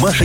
Маша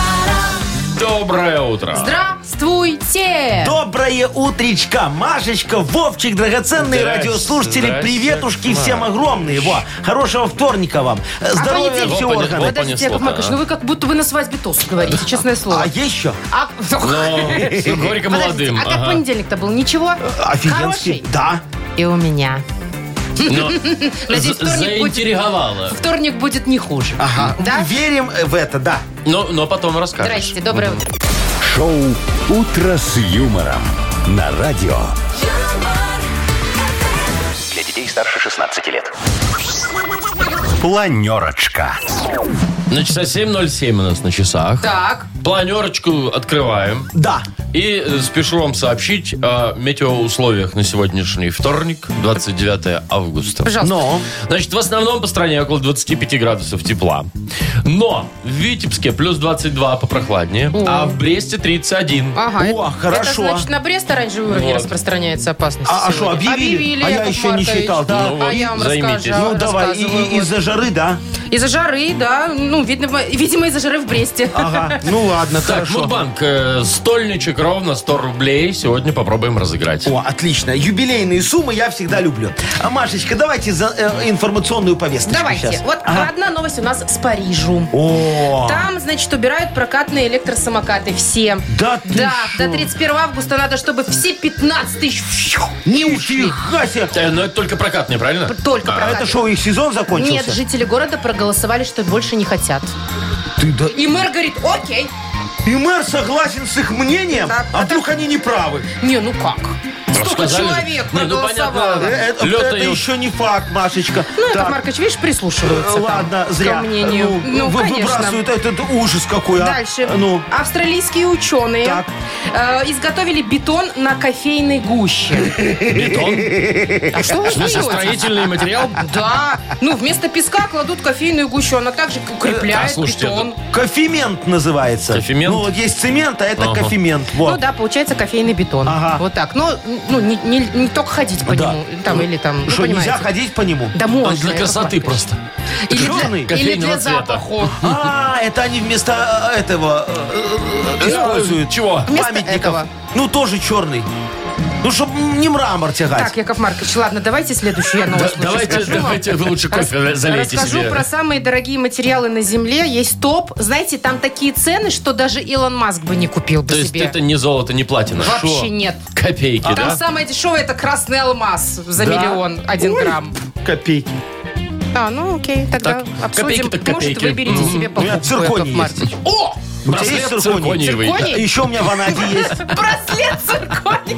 Доброе утро. Здравствуйте! Доброе утречка, Машечка, Вовчик, драгоценные Здрасте, радиослушатели, здрасте, приветушки Маш. всем огромные. Во, хорошего вторника вам. Здоровья А понедельник? все Во, пони- органы. вот Подождите, понесло-то, Яков Маркович, а? ну вы как будто вы на свадьбе тост говорите, честное слово. А еще? А- Ну, всё горько Подождите, молодым. а как ага. понедельник-то был? Ничего? Офигенский. Хороший? Да. И у меня. Ну, Надеюсь, з- вторник Заинтриговала. будет... Вторник будет не хуже. Ага. Да? Верим в это, да. Но, но потом расскажешь. Здрасте, доброе утро. Шоу «Утро с юмором» на радио. Для детей старше 16 лет. Планерочка. На часа 7.07 у нас на часах. Так, Планерочку открываем. Да. И э, спешу вам сообщить о метеоусловиях на сегодняшний вторник, 29 августа. пожалуйста. Но. Значит, в основном по стране около 25 градусов тепла. Но в Витебске плюс 22 попрохладнее, а в Бресте 31. Ага. О, это- хорошо. Это значит, на Брест оранжевый уровень Вот. распространяется опасность. А- а сегодня. шо, объявили? Объявили, А я Яков еще не Маркович. считал, да. Ну вот, а я вам займитесь. расскажу. Ну, давай, и- рассказываю, и- вот. из-за жары, да? Из-за жары, да. Ну, видно, видимо, из-за жары в Бресте. Ага, ну ладно, Так, хорошо. Мудбанк, э, стольничек ровно 100 рублей. Сегодня попробуем разыграть. О, отлично. Юбилейные суммы я всегда люблю. А, Машечка, давайте за э, информационную повестку. Давайте. Вот одна новость у нас с Парижу. О, Там, значит, убирают прокатные электросамокаты все. Да ты Да, шо? до 31 августа надо, чтобы все 15 тысяч фью, не нифига себе. Э, но это только прокатные, правильно? только А прокатные. это что, их сезон закончился? Нет, жители города проголосовали, что больше не хотят. Ты да- И мэр говорит, окей. И мэр согласен с их мнением, Да, а да, вдруг они не правы. Не, ну как? А Ну, Столько сказали же. человек Не, ну, проголосовало. понятно, Э, Это, Лёта это и уж- еще не факт, Машечка. Ну, Яков Так, Маркович, видишь, прислушиваются э, там ладно, зря. ко мнению. Ну, Ну, вы- конечно. выбрасывают этот ужас какой, а. Дальше. Ну, Австралийские ученые Так. э, изготовили бетон на кофейной гуще. Бетон? А что вы В смысле, смеетесь? строительный материал? Да, ну вместо песка кладут кофейную гущу, она также Да, укрепляет слушайте, бетон. кофемент называется. Кофемент? Ну, вот есть цемент, а это Ага. кофемент. Вот. Ну да, получается кофейный бетон. Ага. Вот так. Но ну, не, не- не только ходить по Да. нему, там, или там, ну, Что, нельзя понимаете. ходить по нему? Да Он можно. Ну, для Яков красоты Маркович. просто. Или для, Черный? или для Кофейного цвета. запаха. А, это они вместо э, этого э, э, используют. Чего? Вместо Памятников. этого. Ну, тоже черный. Ну, чтобы не мрамор тягать. Так, Яков Маркович, ладно, давайте следующую я Да, новость лучше Давайте, скажу вам. давайте вы лучше кофе Рас- залейте Расскажу себе. про самые дорогие материалы на Земле. Есть топ. Знаете, там такие цены, что даже Илон Маск бы не купил бы То есть себе. это не золото, не платина. Вообще Шо? нет. Копейки, Там да? самое дешевое это красный алмаз за Да. миллион один грамм. Копейки. А, ну окей, тогда Так, копейки обсудим. так Может, копейки. выберете Мгм. Ну, себе У меня покупку, цирконий Яков есть. Маркович. О! У тебя есть Браслет цирконий? циркониевый. да. Цирконий? Еще у меня ванади есть. Браслет цирконий.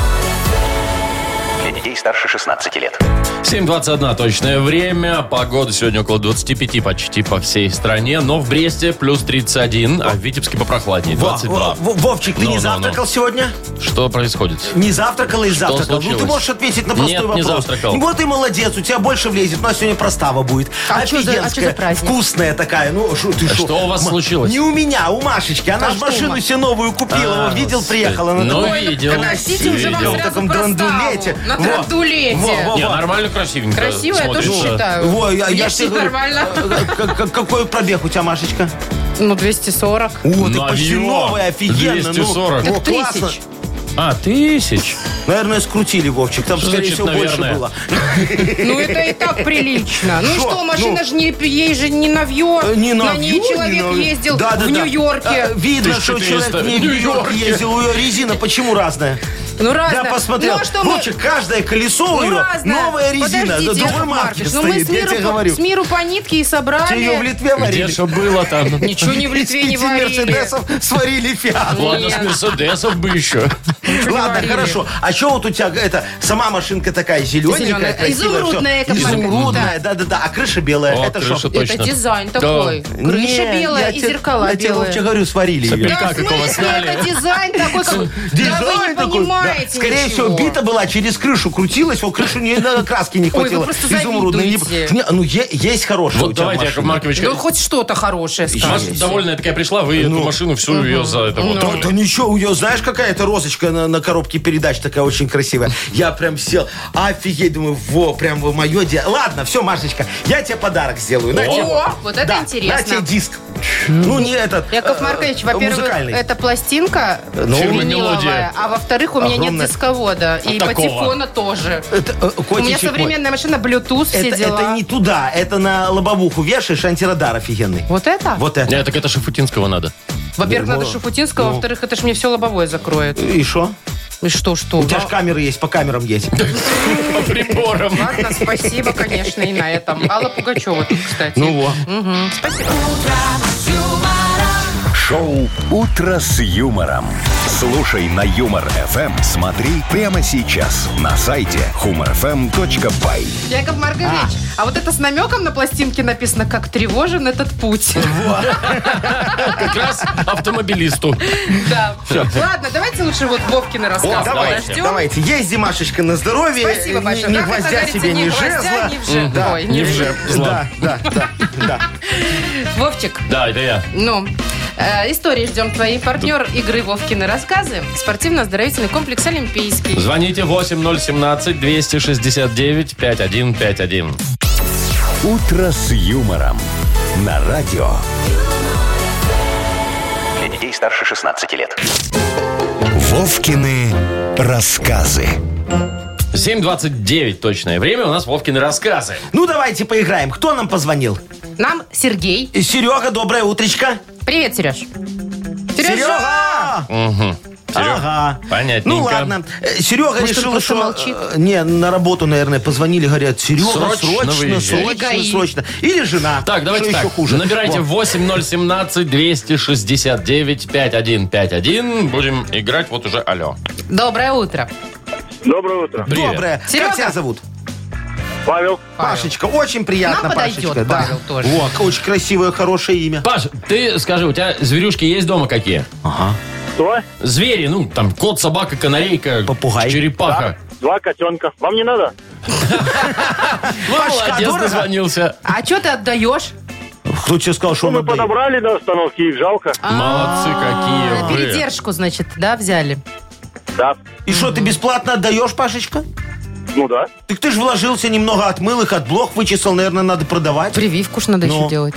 Для детей старше 16 лет. 7.21 точное время. Погода сегодня около 25 почти по всей стране. Но в Бресте плюс 31, а в Витебске попрохладнее Во, 22. во, Вовчик, ты Ну, не ну, завтракал ну. сегодня? Что происходит? Не завтракал и завтракал. Ну, случилось? ты можешь ответить на простой Нет, не вопрос. Ну, завтракал. Вот и молодец, у тебя больше влезет. У нас сегодня простава будет. А чё за- а чё за Офигенская, праздник? Вкусная такая. Ну, шо ты А шо? что у вас Ма- случилось? Не у меня, у Машечки. Она же что у машину Маш- себе новую купила. А, Вот видел, господи. приехала. Она Ну, такой- и- Видел, Подождите, уже вам видел. сразу В таком проставу. драндулете. На Во. драндулете. Во, во. Не, нормально, красивенько. Красиво, я тоже смотрится. считаю. Во, я, Мне я ж все тебе говорю, нормально. э, э, как- как- какой пробег у тебя, Машечка? Ну, 240. О, ты Новье. почти новая, офигенно. ну. 240. Во, Так классно. тысяч. А, тысяч? Наверное, скрутили, Вовчик. Там, Что значит, скорее всего, наверное? больше было. Ну, это и так прилично. Ну, Шо? что, машина Ну. же не, ей же не навье. Э, Не на на ней Вью, человек не на- ездил Да, да, в да. Нью-Йорке. А, Видно, что 1400 человек не в в Нью-Йорк Нью-Йорке. ездил. У ее резина почему разная? Ну, Я разное. посмотрел. Ну, а что мы- Вовчик, каждое колесо Ну, у нее разное. новая резина. Подождите, Да другой Яков марки Маркович, ну, мы стоит. с Я миру, тебе по, говорю. с миру по нитке и собрали. Тебе ее в Литве Где варили. что было там? Ну, Ничего Ну, не в Из Литве не пяти варили. Ну, Мерседесов сварили фиат. Ладно, с Нет. Мерседесов бы еще. ничего не Ладно, варили. хорошо. А что вот у тебя это сама машинка такая зелененькая, Зелёная. красивая? всё. Изумрудная, как Маргарита. Изумрудная, да-да-да. А крыша белая. О, это крыша что? точно. Это дизайн Да. такой. Крыша Не, белая я и те- зеркала Я тебе белые. Вовчик говорю, сварили Сопелька. ее. Да Как в его смысле? сняли? Это дизайн такой, как... да вы не Дизайн такой, да. понимаете Скорее ничего. всего, бита была через крышу, крутилась, вот крышу не на краски не вы хватило. просто Изумрудной не- завидуете. Не, ну е- есть хорошая у Вот тебя давайте, Яков машина. Маркович, Ну, хоть что-то хорошее Маша скажите. довольная такая пришла, вы Ну. эту машину всю ее за это Ну. вот. Да, да ничего, у нее, знаешь, какая-то розочка на, на коробке передач такая очень красивая. Я прям сел, офигеть, думаю, во, прям во мое дело. Ладно, все, Машечка, я тебе подарок сделаю. На тебе. О, вот это Да, На тебе интересно. диск. Ну, не этот. Яков э, Маркович, во-первых, музыкальный. это пластинка Ну, Фирмы виниловая, «Мелодия». а во-вторых, у меня Огромная. А нет дисковода и такого. патефона тоже. Это, э, котичек У меня мой. современная машина, Bluetooth, все это, дела. это не туда, это на лобовуху вешаешь, антирадар офигенный. Вот это? Вот это. Нет, так это Шафутинского надо. Во-первых, Ну, надо ну. Шафутинского, во-вторых, это ж мне все лобовое закроет. И что? И что, что? У тебя же камеры есть, по камерам есть. По приборам. Ладно, спасибо, конечно, и на этом. Алла Пугачева тут, кстати. во. Шоу «Утро с юмором». Слушай на Юмор ФМ. Смотри прямо сейчас на сайте humorfm.by. Яков Маркович, а. вот это с намеком на пластинке написано, как тревожен этот путь. Как раз автомобилисту. Да. Ладно, давайте лучше вот Вовкины О, рассказ давайте, подождем. давайте. Езди, Машечка, на здоровье. Спасибо Ни- большое. Ни Да, как Э, гвоздя говорится, себе, ни ни гвоздя, жезла. ни в жеп. Да. Ой, Не в жеп, зла. Да, да, да, да. Вовчик, Да, это я. ну, э, истории ждем твои. Партнер игры Вовкины рассказы. Спортивно-оздоровительный комплекс Олимпийский. Звоните 8017-269-5151. «Утро с юмором» на радио. Для детей старше 16 лет. Вовкины рассказы. 7.29 точное время. У нас Вовкины рассказы. Ну, давайте поиграем. Кто нам позвонил? Нам Сергей. Э, Серега, доброе утречко. Привет, Сереж. Серега! Серег, Ага. понятненько. Ну ладно. Э, Серега Может, он решил, просто что... молчит? э, Не, на работу, наверное, позвонили, говорят, Серега, Срочно срочно, срочно, выезжай. Или ГАИ. срочно, Или жена. Так, давайте Что так. еще хуже? Набирайте Во. 8017-269-5151. Будем играть вот уже алло. Доброе утро. Доброе утро. Привет. Доброе. Серега? Как тебя зовут? Павел. Павел. Пашечка, очень приятно, Нам подойдет Пашечка. да. Павел тоже. Вот, очень красивое, хорошее имя. Паш, ты скажи, у тебя зверюшки есть дома какие? Что? Звери, ну, там, кот, собака, канарейка, Попугай. черепаха. Два котенка. Вам не надо? Ну, Пашка, молодец, дорого? дозвонился. А что ты отдаешь? Кто тебе сказал, что Ну, он мы отдает? подобрали на остановке, их жалко. Молодцы На какие вы. передержку, значит, да, взяли? Да. И что, ты бесплатно отдаешь, Пашечка? Ну да. Так ты же вложился немного, отмыл их, от блох вычесал, наверное, надо продавать. Прививку ж надо Ну. еще делать.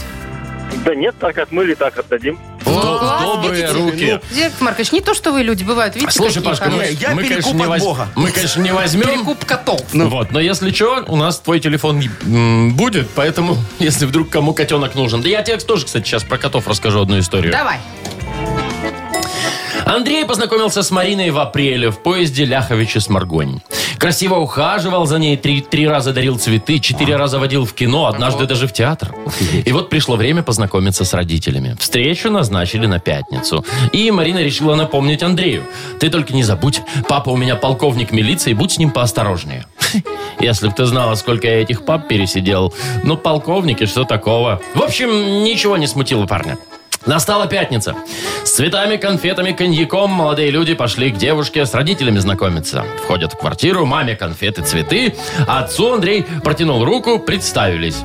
Да нет, так отмыли, так отдадим. В до- в добрые руки. Яков Маркович, не то, что вы люди бывают, видите, Слушай, какие Пашка, ну, хорошие. Не, я мы, конечно, перекуп не от возь- Бога. мы, конечно, не ну, возьмем. Перекуп котов. Ну, Вот, но если что, у нас твой телефон м, будет, поэтому, если вдруг кому котенок нужен. Да я тебе тоже, кстати, сейчас про котов расскажу одну историю. Давай. Андрей познакомился с Мариной в апреле в поезде Ляховича Сморгонь. Красиво ухаживал за ней, три, три раза дарил цветы, четыре раза водил в кино, однажды даже в театр. И вот пришло время познакомиться с родителями. Встречу назначили на пятницу. И Марина решила напомнить Андрею. Ты только не забудь, папа у меня полковник милиции, будь с ним поосторожнее. Если б ты знала, сколько я этих пап пересидел. Ну, полковники, что такого? В общем, ничего не смутило парня. Настала пятница. С цветами, конфетами, коньяком молодые люди пошли к девушке с родителями знакомиться. Входят в квартиру, маме конфеты, цветы, а отцу Андрей протянул руку, представились.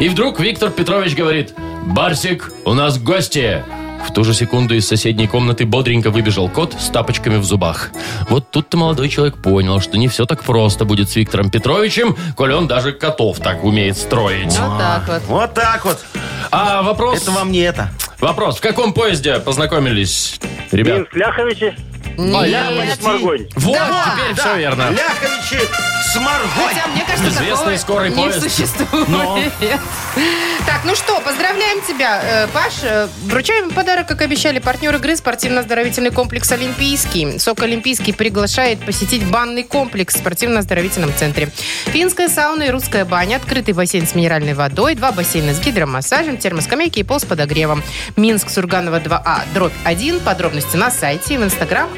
И вдруг Виктор Петрович говорит, «Барсик, у нас гости!» В ту же секунду из соседней комнаты бодренько выбежал кот с тапочками в зубах. Вот тут-то молодой человек понял, что не все так просто будет с Виктором Петровичем, коль он даже котов так умеет строить. Вот а. так вот. Вот так вот. А вопрос... Это вам не это. Вопрос. В каком поезде познакомились, ребят? Минск Ляховичи. Почти. Маргонь. Вот, Да, теперь все верно. Ляховичи с Маргой. Хотя, мне кажется, Известный такого скорый не поезд. существует. Но. Так, ну что, поздравляем тебя, э, Паш. Э, Вручаем подарок, как обещали, партнер игры спортивно-оздоровительный комплекс «Олимпийский». СОК «Олимпийский» приглашает посетить банный комплекс в спортивно-оздоровительном центре. Финская сауна и русская баня, открытый бассейн с минеральной водой, два бассейна с гидромассажем, термоскамейки и пол с подогревом. А, Минск, Сурганова 2А, дробь 1. Подробности на сайте и в инстаграм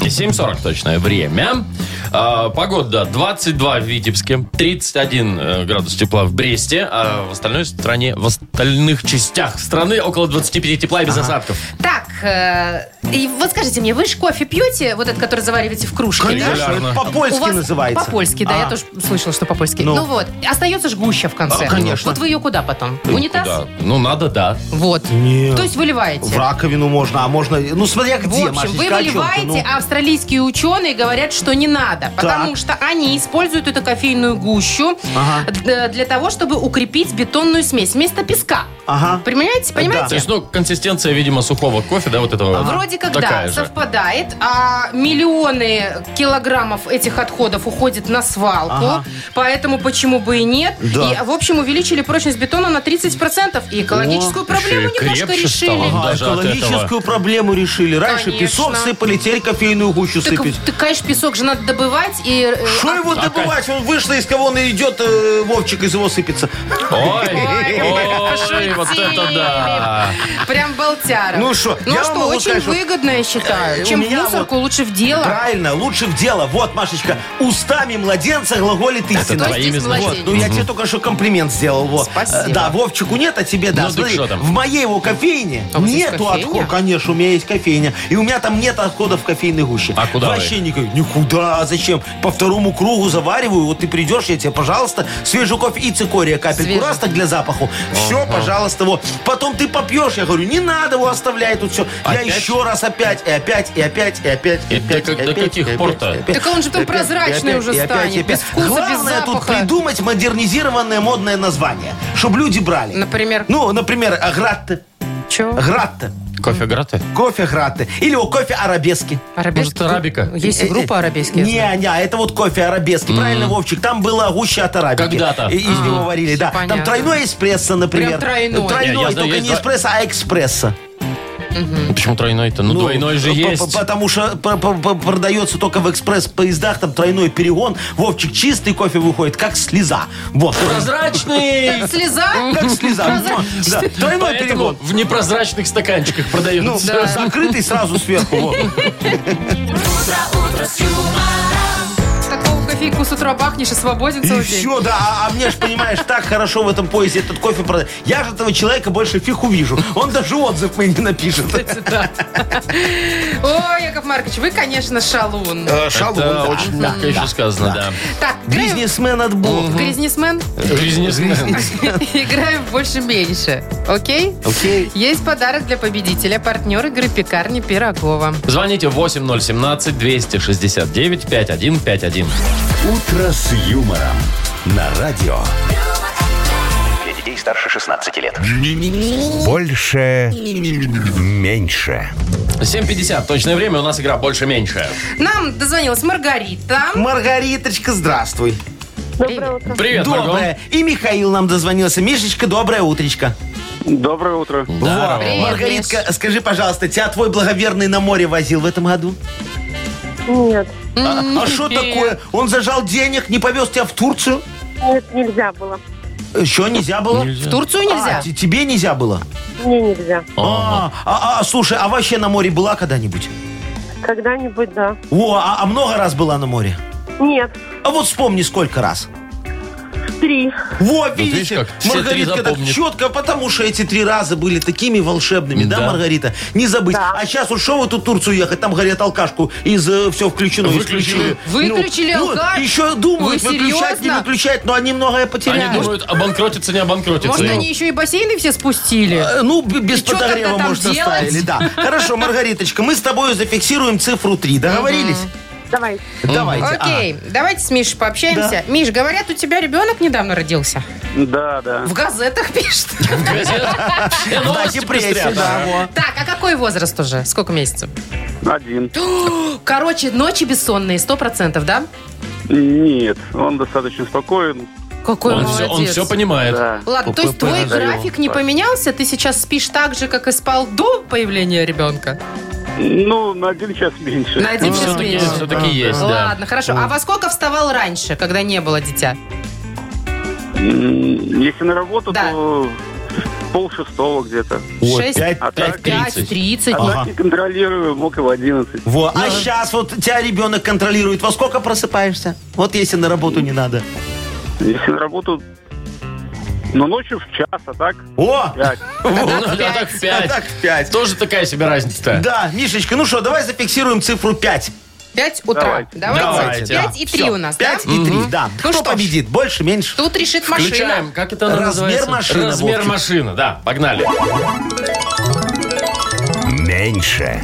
7.40 точное время. А, погода 22 в Витебске, 31 э, градус тепла в Бресте, а в остальной стране, в остальных частях страны около 25 тепла и без осадков. Так, э, и вот скажите мне, вы же кофе пьете, вот этот, который завариваете в кружке? да? Конечно, Регулярно. это У по-польски вас называется. По-польски, да, я А. тоже слышала, что по-польски. Ну, Ну. вот, остается ж гуща в конце. А, конечно. Вот вы ее куда потом? Унитаз? Да. Ну, надо, да. Вот. Нет. То есть выливаете? В раковину можно, а можно... Ну, смотря В где, общем, Машечка, вы о чём ты, выливаете, ну? а австралийские ученые говорят, что не надо, потому что они используют эту кофейную гущу Ага. д- для того, чтобы укрепить бетонную смесь вместо песка. Ага. Понимаете? То Понимаете? есть, ну, консистенция, видимо, сухого кофе, да, вот этого. Вроде как такая да, же. совпадает, а миллионы килограммов этих отходов уходит на свалку, Ага. поэтому почему бы и нет. Да. И, в общем, увеличили прочность бетона на 30%, и экологическую О, проблему еще и немножко крепче решили. стало. ну. Ага, Даже от этого. экологическую проблему решили. Раньше а Конечно. песок сыпали, теперь кофейную гущу Так, сыпать. так, конечно, песок же надо добывать, и... э, Что его добывать? Он вышел из кого он идет, э, Вовчик из его сыпется. Ой, Ой, ой, вот это да. Прям болтяра. Ну что, Ну я что, вам могу очень сказать, что- выгодно, я считаю. Э, у Чем в меня мусорку, лучше в дело. Правильно, лучше в дело. Вот, Машечка, устами младенца глаголит истина. твои Твоими есть знаниями. Вот, владение. ну я тебе только что комплимент сделал. Вот. Спасибо. Э, Да, Вовчику нет, а тебе да. Ну, так Смотри, что там? в моей его кофейне А у вас есть нету кофейня? отходов. Конечно, у меня есть кофейня. И у меня там нет отходов кофейной гущи. А куда вы? Вообще никак. Никуда. А Зачем? По второму кругу завариваю. Вот ты придешь, я тебе, пожалуйста, свежий кофе и цикория капельку. Свежий. Раз так для запаху. Все, пожалуйста, вот. Потом ты попьешь. Я говорю, не надо, его оставляй тут все. Я Опять? еще раз опять, и опять, и опять, и опять, и И до опять. как- и до опять, каких и опять, пор-то? и опять. Так он же там И опять, прозрачный и уже опять, и опять, станет, и опять. без вкуса, без Главное тут запаха. придумать модернизированное модное название, чтобы люди брали. Например, Ну, например, а, гратте, чё? гратте, Кофе граты? кофе гратте. Или о, кофе арабески. Э, Арабески? Может, арабика? Есть и группа арабески. я знаю. Не, не, это вот кофе арабески. Правильно, Вовчик? Там было гуще от арабики. Когда-то. И- Из него варили, да. понятно. Там тройной эспрессо, например. Прям тройной. Не, я знаю, только есть не два- эспрессо, а экспрессо. Почему тройной-то? Ну, Ну, двойной же по- по- есть. Потому что по- по- по- продается только в экспресс-поездах, там тройной перегон. Вовчик, чистый кофе выходит, как слеза. Вот. э, Прозрачный! Слеза? Как слеза. Прозра- Да, Тройной Поэтому перегон. в непрозрачных стаканчиках Ну, продается. закрытый сразу сверху. вот. Такого кофейку с утра бахнешь и свободен И целый день. все, да. А, а мне ж, понимаешь, так хорошо в этом поезде этот кофе продать. Я же этого человека больше фиг увижу. Он даже отзыв мне не напишет. Ой, Яков Маркович, вы, конечно, шалун. Шалун, Да, да. очень мягко еще сказано, да. Так, играем- Бизнесмен от Бога. бизнесмен, Э, Бизнесмен. играем больше-меньше. Окей? Окей. Есть подарок для победителя, партнер игры пекарни Пирогова. Звоните 8017-269-5151. «Утро с юмором» на радио. Для детей старше 16 лет. Больше. Меньше. 7.50. Точное время. У нас игра больше-меньше. Нам дозвонилась Маргарита. Маргариточка, здравствуй. Доброе утро. Привет, Марго. Доброе. И Михаил нам дозвонился. Мишечка, доброе утречко. Доброе утро. Здорово. Во. Привет, Маргаритка, скажи, пожалуйста, тебя твой благоверный на море возил в этом году? Нет, А что такое? Он зажал денег, не повез тебя в Турцию? нет, нельзя было. Еще нельзя было? В Турцию нельзя? А, т- тебе нельзя было? Мне нельзя. А, а, а, слушай, а вообще на море была когда-нибудь? Когда-нибудь, да. О, а, а много раз была на море? Нет, А вот вспомни, сколько раз. три. Во, видишь видите, как, все три Маргаритка так запомнит. четко, потому что эти три раза были такими волшебными, да, Да. Маргарита? Не забыть. Да. А сейчас вот что вы тут в Турцию ехать, там, говорят, алкашку из все включено. Выключили. Исключили. Выключили ну, алкаш? еще думают, Вы выключать, не серьезно? выключать, но они многое потеряли. Они думают, обанкротится, не обанкротится. Может, они еще и бассейны все спустили? Э, Ну, б- без И чё подогрева, тогда там может, делать? оставили, да. Хорошо, Маргариточка, мы с тобой зафиксируем цифру 3, договорились? Давай. Давайте. а. Окей, давайте с Мишей пообщаемся. Миш, говорят, у тебя ребенок недавно родился. Да, да. В газетах пишут. Все В новости депрессии, пестрят. да, во. Так, а какой возраст уже? Сколько месяцев? Один. Короче, ночи бессонные, сто процентов, да? Нет, он достаточно спокоен. Какой Он все, молодец. он все понимает. Да. Ладно, то есть твой график не поменялся? Ты сейчас спишь так же, как и спал до появления ребенка? Ну, на один час меньше. На один Ну, час все-таки, меньше. все-таки есть, да. Ладно, хорошо. А во сколько вставал раньше, когда не было дитя? М, Если на работу, Да. то пол шестого где-то. Шесть- пять- А так, пять- пять, 30. тридцать. а так не контролирую, мог и в одиннадцать. Во. А сейчас вот тебя ребенок контролирует. Во сколько просыпаешься? Вот если на работу не надо. Если на работу, ну ночью в час, а так О! пять. Ну, а так в пять. А так в пять. Тоже такая себе разница-то. Да, Мишечка, ну что, давай зафиксируем цифру 5. Пять утра. Давайте. Давайте. Давайте. Пять и три Всё. у нас, да? 5 и 3, да. Ну Кто что ж. победит? Больше, меньше? Тут решит машина. Включаем. Как это она Размер называется? машины, Размер Вовчик. машины, да. Погнали. Меньше.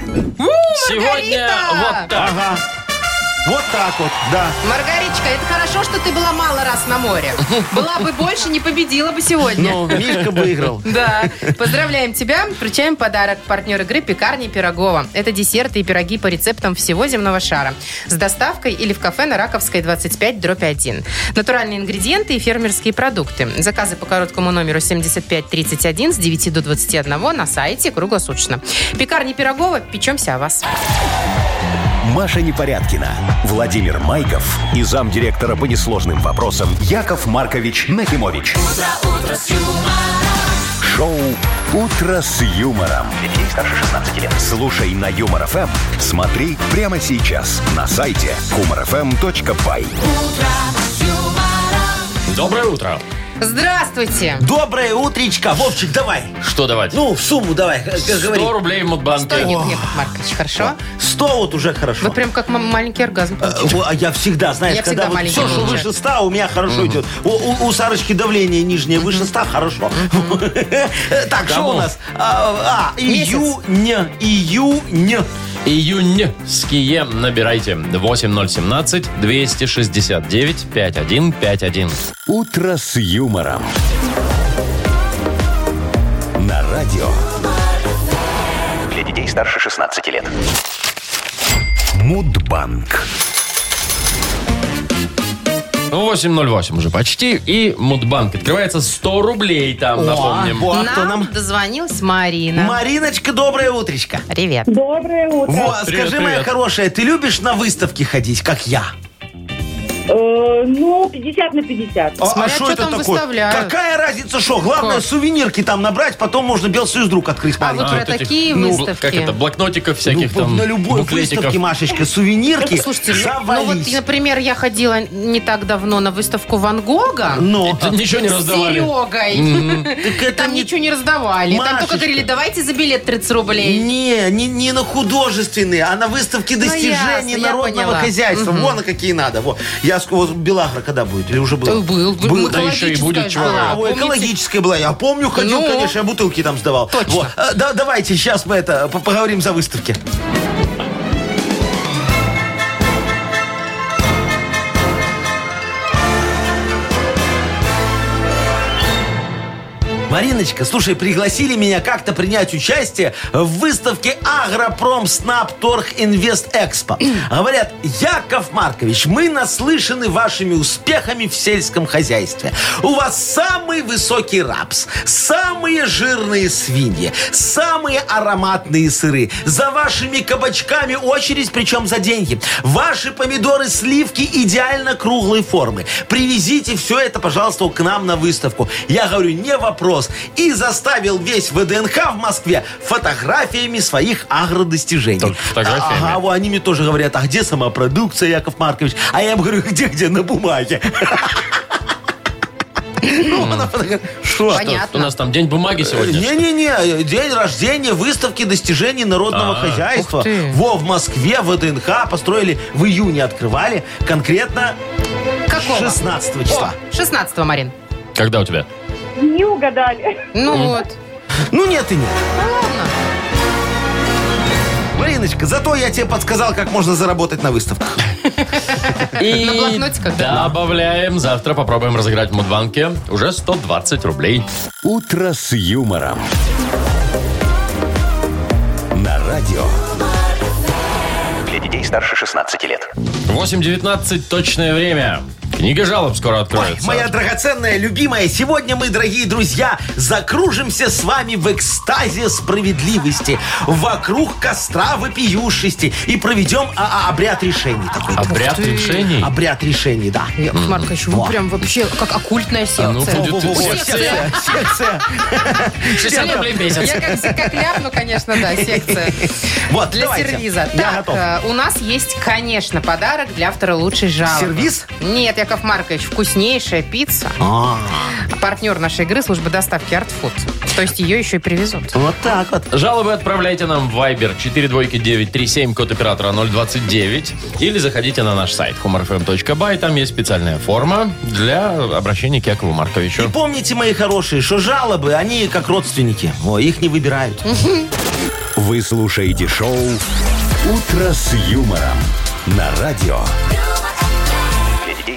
Сегодня Маргарита! вот так. Ага. Вот так вот, да. Маргаричка, это хорошо, что ты была мало раз на море. Была бы больше, не победила бы сегодня. Ну, Мишка выиграл. Да. Поздравляем тебя. Вручаем подарок. Партнер игры «Пекарни Пирогова». Это десерты и пироги по рецептам всего земного шара. С доставкой или в кафе на Раковской 25, дробь 1. Натуральные ингредиенты и фермерские продукты. Заказы по короткому номеру 7531 с 9 до 21 на сайте круглосуточно. «Пекарни Пирогова». Печемся о вас. Маша Непорядкина, Владимир Майков и замдиректора по несложным вопросам Яков Маркович Нахимович. Шоу Утро с юмором. Для детей старше 16 лет. Слушай на юмор ФМ. Смотри прямо сейчас на сайте humorfm.by. Доброе утро. Здравствуйте. Доброе утречко. Вовчик, давай. Что давать? Ну, в сумму давай, э, как 100 говорит. рублей в Стой, Мудбанке. Яков Маркович, хорошо? 100 вот уже хорошо. Вы прям как м- маленький оргазм. Э, во, А я всегда, знаешь, Я когда всегда вот маленький все, что получаю. выше 100, у меня хорошо идет. У, у- у Сарочки давление нижнее, выше 100, хорошо. Э, Так, что у Кому? нас? А, а, Месяц. июня, июня. Июньские набирайте 8017 269 5151. Утро с юмором. На радио Для детей старше 16 лет. Мудбанк. Ну, 8.08 уже почти. И Мудбанк открывается 100 рублей там, напомним. вот кто нам, нам. дозвонилась Марина. Мариночка, доброе утречко. Привет. Доброе утро. Во, Привет, скажи, моя привет. хорошая, ты любишь на выставки ходить, как я? Э, ну, 50 на 50. А- Смотря а шо что там выставляют. Какая разница, что? Главное, Как? сувенирки там набрать, потом можно Белсоюз друг открыть А маленький. вы А, про вот этих, такие ну, выставки? Как это, блокнотиков Ну, всяких вот там, на любой буклетиков. выставке, Машечка, сувенирки Слушайте, ну- ну вот, завались. например, я ходила не так давно на выставку Ван Гога. Но, Это ничего не с раздавали. Серегой. так это Там не- ничего не раздавали. Там только Машечка. говорили, давайте за билет 30 рублей. Не, не, не на художественные, а на выставке Ну, ясно, достижений я народного поняла. хозяйства. Мгм. Вон какие надо. Во. Я ск- вот Белагра когда будет? Или уже был? Был, Был, да еще и будет экологическая чего. была, А, ой, помните? экологическая была. Я помню, ходил, Ну. конечно, я бутылки там сдавал. Точно. Во. А, да, давайте, сейчас мы это по- поговорим за выставки. Мариночка, слушай, пригласили меня как-то принять участие в выставке Агропром Снаб Торг Инвест Экспо. Говорят, Яков Маркович, мы наслышаны вашими успехами в сельском хозяйстве. У вас самый высокий рапс, самые жирные свиньи, самые ароматные сыры. За вашими кабачками очередь, причем за деньги. Ваши помидоры, сливки идеально круглой формы. Привезите все это, пожалуйста, к нам на выставку. Я говорю, не вопрос. И заставил весь ВДНХ в Москве фотографиями своих агродостижений. А, Только фотографиями? Ага, во, они мне тоже говорят, а где сама продукция, Яков Маркович? А я им говорю, где-где, на бумаге. Ну, она фотограф- Что? У Понятно. нас там день бумаги сегодня. Не-не-не, день рождения выставки достижений народного А, хозяйства. ух ты. Во, в Москве, ВДНХ построили, в июне открывали, конкретно Какого? 16 числа. 16 Марин. Когда у тебя? Не угадали. Ну вот. Ну нет и нет. Ладно. Мариночка, зато я тебе подсказал, как можно заработать на выставках. И На блокнотиках, да? добавляем. Завтра попробуем разыграть в Мудбанке уже 120 рублей. Утро с юмором. На радио Для детей старше 16 лет. 8.19 точное время. Книга жалоб скоро Ой, откроется. моя драгоценная, любимая, сегодня мы, дорогие друзья, закружимся с вами в экстазе справедливости, вокруг костра вопиюшести и проведем а, а, обряд решений такой. Обряд Ух ты. решений. Обряд решений, да. Яков Маркович, вы Во. прям вообще как оккультная А ну, секция. будет Во-во-во, секция. секция, секция. Шестьдесят рублей в месяц. Я как, как ляпну, конечно, да, секция. Вот, Для давайте. сервиза. Я так, готов. э, у нас есть, конечно, подарок для автора лучшей жалобы. Сервиз? Нет, Яков Маркович, вкуснейшая пицца. А, Партнер нашей игры служба доставки Art Food. То есть ее еще и привезут. Вот так вот. Жалобы отправляйте нам в Viber 42937, код оператора 029. Или заходите на наш сайт humorfm.by. Там есть специальная форма для обращения к Якову И Марковичу. помните, мои хорошие, что жалобы, они как родственники. О, их не выбирают. Вы слушаете шоу «Утро с юмором» на радио. Для детей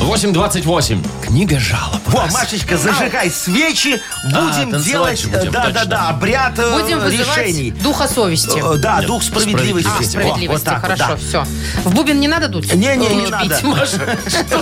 828. Книга жалоб. Во, Машечка, зажигай свечи, будем А, танцевать делать, э, будем, да, да, точно. да, обряд э, Будем вызывать решений. духа совести. Э, Да, дух справедливости. А, Во, вот справедливости, так вот, хорошо, да. все. В бубен не надо дуть? Не, не, не Э, надо. бить, Маша.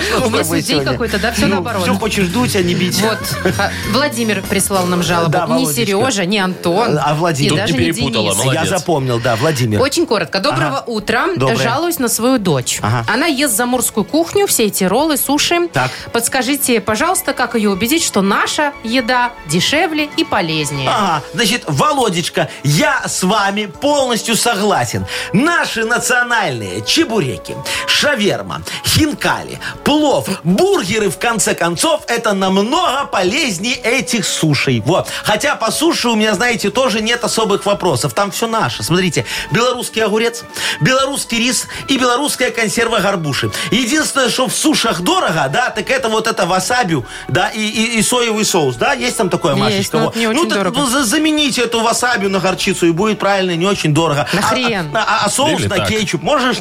У Попробуй нас людей сегодня. какой-то, да, все Ну, Все наоборот. хочешь дуть, а не бить. Вот, Ха- Владимир прислал нам жалобу. Да, Ни Володечка. Сережа, ни Антон, А Владимир? и Тут даже не не перепутала, Денис. молодец. Я запомнил, да, Владимир. Очень коротко. Доброго Ага. утра. Доброе. Жалуюсь на свою дочь. Ага. Она ест заморскую кухню, все эти роллы, суши. Так. Подскажите, пожалуйста, как ее убедить, что наша еда дешевле и полезнее? Ага, значит, Володечка, я с вами полностью согласен. Наши национальные чебуреки, шаверма, хинкали, плов, бургеры, в конце концов, это намного полезнее этих сушей. Вот. Хотя по суше у меня, знаете, тоже нет особых вопросов. Там все наше. Смотрите, белорусский огурец, белорусский рис и белорусская консерва горбуши. Единственное, что в сушах дорого, да, так это вот это васабю, да, и, и- и соевый соус, да, есть там такое, Есть, Машечка? но Во. это не очень ну, так, дорого. ну, за- замените эту васабию на горчицу, и будет правильно, и не очень дорого. На А- хрен. А, а- а соус Или на так. кетчуп. Можешь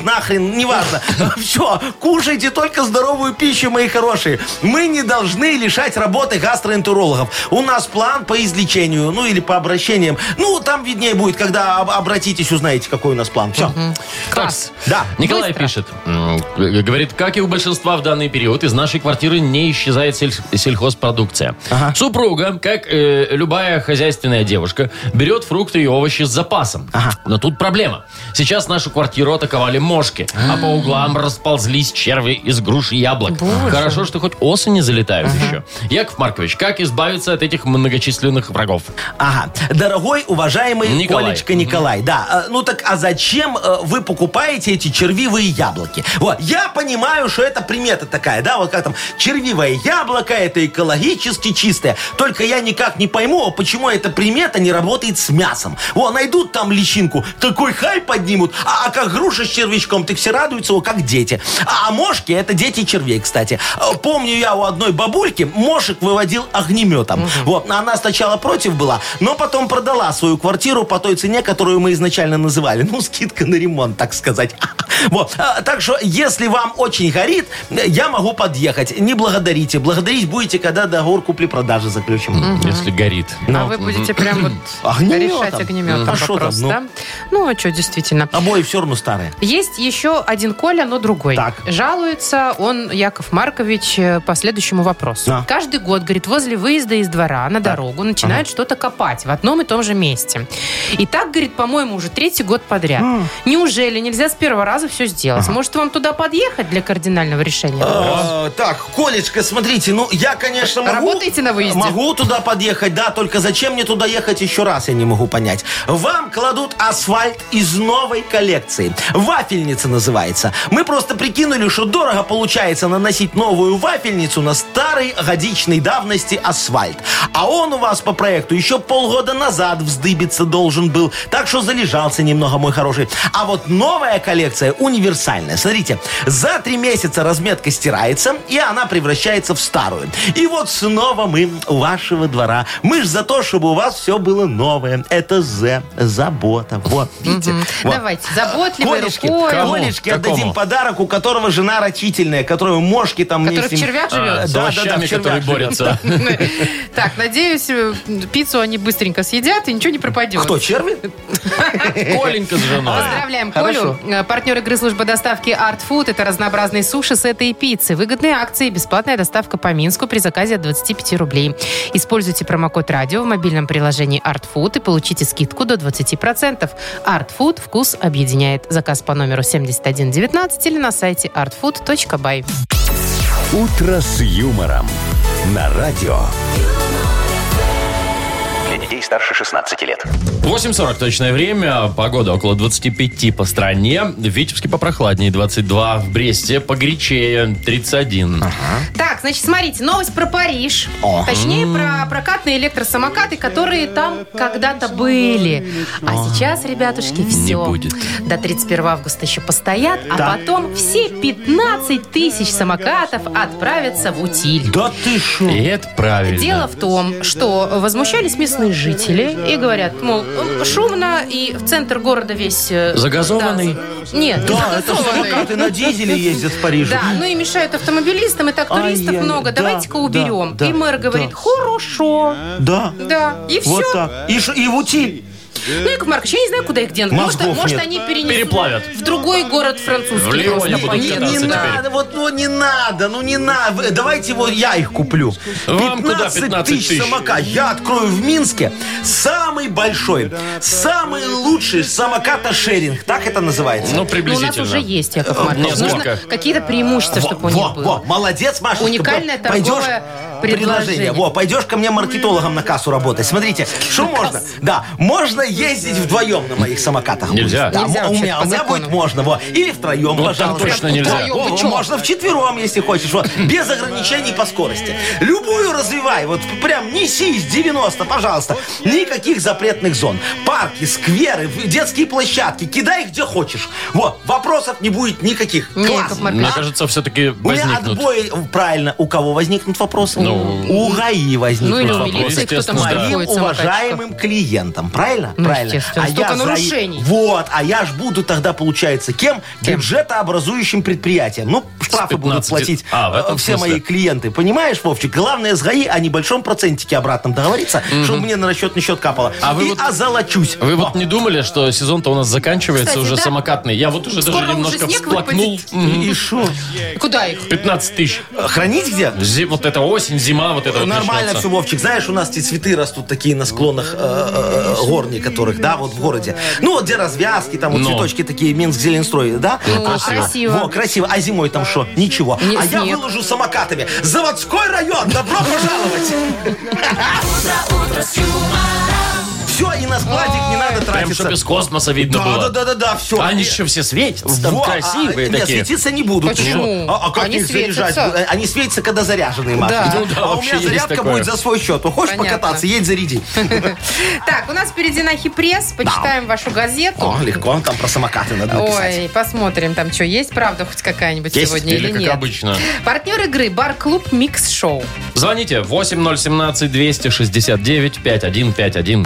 нахрен, неважно. Все, кушайте только здоровую пищу, мои хорошие. Мы не должны лишать работы гастроэнтерологов. У нас план по излечению, ну или по обращениям. Ну, там виднее будет, когда об- обратитесь, узнаете, какой у нас план. Все. Класс. Да. Николай пишет, м, г- говорит, как и у большинства в данный период, из нашей квартиры не исчезает сель- сельхозпродукция. Супруга, как э, любая хозяйственная девушка, берет фрукты и овощи с запасом. Но тут проблема. Сейчас нашу квартиру атаковали мошки, а по углам расползлись черви из груш и яблок. Хорошо, что хоть осы не залетают еще. Яков Маркович, как избавиться от этих многочисленных врагов? Ага. Дорогой, уважаемый Николай. Колечка Николай, да. э, Ну так, а зачем э, вы покупаете эти червивые яблоки? Вот, я понимаю, что это примета такая, да, вот как там, червивое яблоко, это экологически чистое. Только я никак не пойму, а почему эта примета не работает с мясом. Во, найдут там личинку, такой хай поднимут, а, а как груша с червячком, так все радуются, о, как дети. А, а мошки, это дети червей, кстати. Э, Помню я у одной бабульки мошек выводил огнеметом. Вот, она сначала против была, но потом продала свою квартиру по той цене, которую мы изначально называли. Ну, скидка на ремонт, так сказать. Вот. А, Так что, если вам очень горит, я могу подъехать. Не благодарите. Благодарить будете, когда договор купли-продажи заключим. Если горит. А вы будете прям вот Ну. Огнемётом. решать огнеметом А что вопрос, там, ну? да? Ну, а что, действительно. Обои все равно старые. Есть еще один Коля, но другой. Так. Жалуется он, Яков Маркович, э, по следующему вопросу. Да. Каждый год, говорит, возле выезда из двора на дорогу начинают что-то копать в одном и том же месте. И так, говорит, по-моему, уже третий год подряд. А. Неужели нельзя с первого раза все сделать? Может, вам туда подъехать для кардинального решения? А, Так, Колечка, смотрите, ну я, конечно, могу... Работаете на выезде? Могу туда подъехать, да, только зачем мне туда ехать еще раз, я не могу понять. Вам кладут асфальт из новой коллекции. Вафельница называется. Мы просто прикинули, что дорого получается наносить новую вафельницу на старый годичной давности асфальт. А он у вас по проекту еще полгода назад вздыбиться должен был. Так что залежался немного, мой хороший. А вот новая коллекция универсальная. Смотрите, за три месяца разметка стирается, и она превращается в старую. И вот снова мы у вашего двора. Мы ж за то, чтобы у вас все было новое. Это З. Забота. Вот, видите? Вот. Давайте, заботливой Колечки, рукой. Кому? Колечки Какому? отдадим подарок, у которого жена рачительная, которую мошки там... Который если- в червях А, живет. с Да, да, да, овощами, в червях которые живет. борются. Так, надеюсь, э, пиццу они быстренько А съедят и ничего не пропадет. Кто, черви? Коленька с женой. Поздравляем Хорошо. Колю. Э, Партнер игры служба доставки Art Food. Это разнообразные суши, сеты и пиццы. Выгодные акции, бесплатная доставка по Минску при заказе от 25 рублей. Используйте промокод радио в мобильном приложении Art Food и получите скидку до 20%. Art Food вкус объединяет. Заказ по номеру 7119 или на сайте artfood.by. «Утро с юмором» на радио. Для детей старше 16 лет. 8.40 точное время, погода около 25 по стране, в Витебске попрохладнее 22, в Бресте погорячее 31. Так, значит, смотрите, новость про Париж. Точнее, про прокатные электросамокаты, которые там когда-то были. А сейчас, ребятушки, все. будет. До 31 августа еще постоят, а потом все 15 тысяч самокатов отправятся в утиль. Да ты шо? И это правильно. Ну, Дело в том, что возмущались местные жители и говорят, мол, шумно, и в центр города весь... э, Загазованный? да, нет, не Да, это загазованный. самокаты на дизеле ездят в Париже. Да, ну и мешают автомобилистам, и так туристов Ай-яй, много. да, Давайте-ка уберем. да, и мэр да. говорит, хорошо. Да. Да, и все. Вот так. И, шо- и в утиль. Ну, Яков Маркович, я не знаю, куда их денут. Может, Мозгов может, нет. они перенесут Переплавят. в другой город французский. В Лионе Просто будут поедут. кататься Не теперь. надо, вот ну не надо, ну не надо. Давайте вот я их куплю. Вам куда 15 тысяч? самокат. Я открою в Минске самый большой, самый лучший самоката-шеринг. Так это называется. Ну, Ну, у нас приблизительно. Э, уже есть, Яков Маркович. нет, Нужно сколько? какие-то преимущества, чтобы у во, них во, было. молодец, Маша. Уникальное торговое предложение. Во, пойдешь ко мне маркетологом на кассу работать. Смотрите, что можно? Да, можно ездить вдвоем на моих самокатах. Нельзя. Да, Нельзя мо- у вообще, меня, по у меня закону. будет можно, во. Или втроем, Вот там пожалуйста. точно нельзя. Вдвоем, Во, вы во, чё? можно вчетвером, если хочешь. во. Без ограничений по скорости. Любую развивай. Вот прям неси из 90, пожалуйста. Никаких запретных зон. Парки, скверы, детские площадки. Кидай их где хочешь. Вот, вопросов не будет никаких. Не, Класс. Яков Маркович. Мне кажется, все-таки У меня возникнут. отбой, правильно, у кого возникнут вопросы? Ну, у ГАИ Ну или возникнут у вопрос, милиции, кто там естественно, да. моим штрафует самокатчиков. уважаемым клиентам, правильно? Ну, правильно. А естественно, столько за- нарушений. Вот, а я ж буду тогда, получается, кем? Бюджетообразующим предприятием. Ну, штрафы 15. будут платить А, в этом э, все смысле. мои клиенты. Понимаешь, Вовчик? Главное с ГАИ о небольшом процентике обратном договориться, чтобы мне на расчетный счет капало. А вы И вот- озолочусь. Вы вот Во. не думали, что сезон-то у нас заканчивается Кстати, уже да. самокатный? Я вот уже Скоро даже уже немножко снег всплакнул. выпадет. ну, Мгм. ну, И шо? Куда их? 15 тысяч. Хранить где? Зи- вот это осень, зима, вот это вот Нормально начнется. все, Вовчик. Знаешь, у нас эти цветы растут такие на склонах э, э, э, горни, которых, да, вот в городе. Ну, вот где развязки, там вот Ну. цветочки такие, Минск, Зеленстрой, да? А, Ну, красиво. красиво. Во, красиво. А зимой там что? Ничего. Не- а я снег. выложу самокатами. Заводской район, добро пожаловать! Все, и на складик не надо Прям, тратиться. чтобы из космоса видно Да, было. А, да, да, да, да, все. Они еще все светятся, там Во, а, красивые нет, такие. светиться не будут. Почему? А, а как Они их заряжать? Э, светятся. Они светятся, когда заряженные, Маша. Да. Ну да, а у вообще меня есть зарядка такое. будет за свой счет. Ну, хочешь Понятно. покататься, едь заряди. Так, у нас впереди Нахи Пресс. Почитаем вашу газету. О, легко, там про самокаты надо написать. Ой, посмотрим, там что, есть правда хоть какая-нибудь Есть сегодня или, или как нет. обычно? Партнер игры «Бар-клуб Микс Шоу». Звоните 8017-269-5151.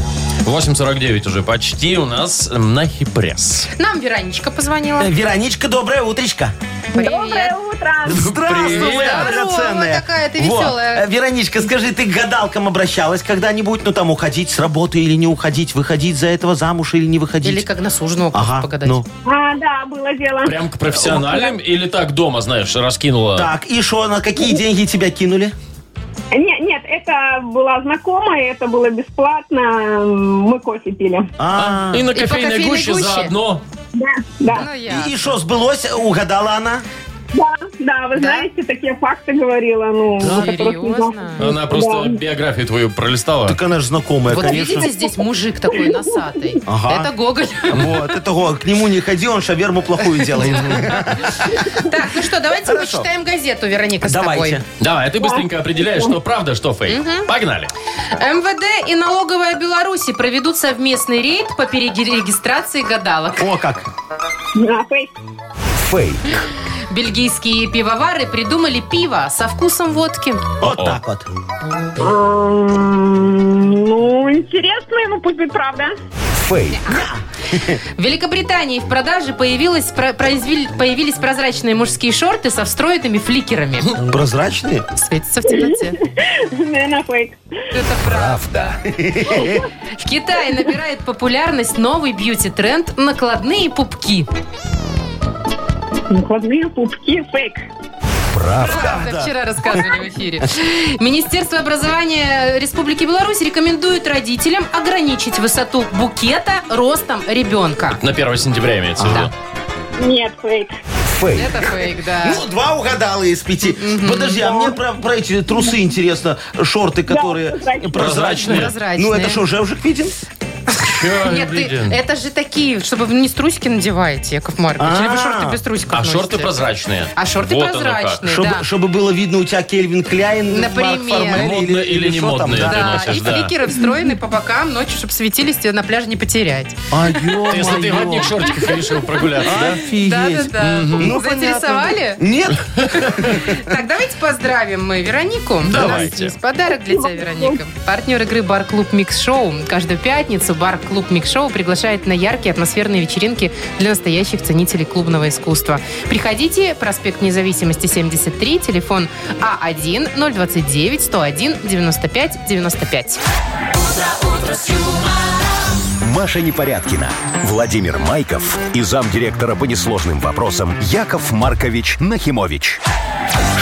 8.49 уже почти у нас Нахи Пресс. Нам Вероничка позвонила. Э, Вероничка, доброе утречко. Доброе Привет. утро. Здравствуй, моя Здорово, драгоценная. какая ты Во, веселая. э, Вероничка, скажи, ты к гадалкам обращалась когда-нибудь? Ну, там, уходить с работы или не уходить, выходить за этого замуж или не выходить? Или как на суженого хочешь Ага, погадать. ну. А, да, было дело. Прям к профессиональным или так дома, знаешь, раскинула? Так, и что, на какие деньги тебя кинули? Нет, нет, это была знакомая, это было бесплатно. Мы кофе пили. А, И на И по кофейной кофейной гуще гуще? заодно. Да, да. Ну, я. и что, сбылось? Угадала она? Да, да, вы Да? знаете, такие факты говорила. Ну, это просто Серьезно? ужасно. Она просто Да. биографию твою пролистала. Так она же знакомая, Вот Э, конечно. видите, здесь мужик такой носатый. Ага. Это Гоголь. Вот, это го, к нему не ходи, он шаверму плохую делает. Так, ну что, давайте Хорошо. почитаем газету, Вероника, с тобой. Давайте. Давай, а ты быстренько определяешь, что правда, что фейк. Погнали. МВД и налоговая Беларуси проведут совместный рейд по перерегистрации гадалок. О, как. Да, фейк. Фейк. Бельгийские пивовары придумали пиво со вкусом водки. Вот О-о. так вот. Эм, Ну, интересно, ну пусть будет правда. Фейк. В Великобритании в продаже появилось, про- произвели- появились прозрачные мужские шорты со встроенными фликерами. Прозрачные? Светится в темноте. Наверное, фейк. Это правда. В Китае набирает популярность новый бьюти-тренд – накладные пупки. Накладные пупки фейк. Правда, вчера рассказывали в эфире. Министерство образования Республики Беларусь рекомендует родителям ограничить высоту букета ростом ребенка. На 1 сентября имеется в виду. Нет, фейк. Это фейк, да. Ну, два угадала из пяти. Подожди, а мне про, про эти трусы интересно, шорты, которые прозрачные. прозрачные. Прозрачные. Ну, это что, Жевжик виден? Чё, Нет, ты- блин. это же такие, чтобы вы не струсики надеваете, Яков Маркович. Или вы шорты без трусиков А шорты носите? прозрачные. А шорты Вот оно как. прозрачные, Чтобы, да. чтобы было видно у тебя Кельвин Кляйн, Например. Марк Формель Модно или не что там, модно, да. ты Да, носишь, и да. фликеры встроены по бокам ночью, чтобы светились, тебе на пляже не потерять. А, ё-моё. Если ты в одних шортиках решил прогуляться, А? да? Офигеть. Да-да-да. Ну, Заинтересовали? понятно. Нет, Так, давайте поздравим мы Веронику. У нас Давайте. есть подарок для тебя, Вероника. Партнер игры «Бар-клуб Микс Шоу». Каждую пятницу «Бар-клуб Микс Шоу» приглашает на яркие атмосферные вечеринки для настоящих ценителей клубного искусства. Приходите, проспект Независимости, 73, телефон А А1-029-101-95-95. Маша Непорядкина, Владимир Майков и замдиректора по несложным вопросам Яков Маркович Нахимович.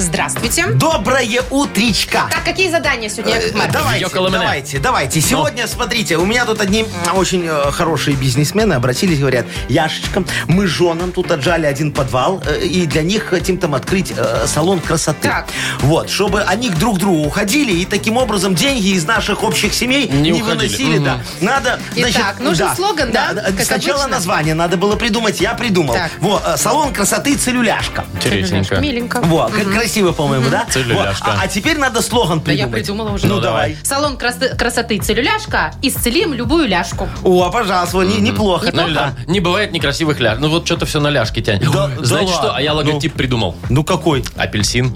Здравствуйте. доброе утречка. Так, какие задания сегодня, Яков Маркович? Э, Давайте, Ёкало меня. давайте, давайте. Ну. Сегодня, смотрите, у меня тут одни м, очень э, хорошие бизнесмены обратились, говорят, Яшечка, мы с женам тут отжали один подвал, э, и для них хотим там открыть э, салон красоты. Так. Вот, чтобы они друг к другу уходили, и таким образом деньги из наших общих семей Не не, уходили. выносили. Да. Надо, Итак, нужен слоган, да, как Сначала обычно. название надо было придумать, я придумал. Так. Во, э, салон красоты «Целюляшка». Интересненько. Миленько. Во, как красиво, по-моему, да? Целюляшка. Во, А, а теперь надо слоган Да я придумать. придумала уже. Ну, давай. давай. Салон крас- красоты «Целюляшка». Исцелим любую ляжку. О, пожалуйста, не- неплохо. Ну, или там, не бывает некрасивых ляж. Ну вот что-то все на ляжке тянет. Да- Ой, да Знаете что? ладно. А я логотип придумал. Ну какой? Апельсин.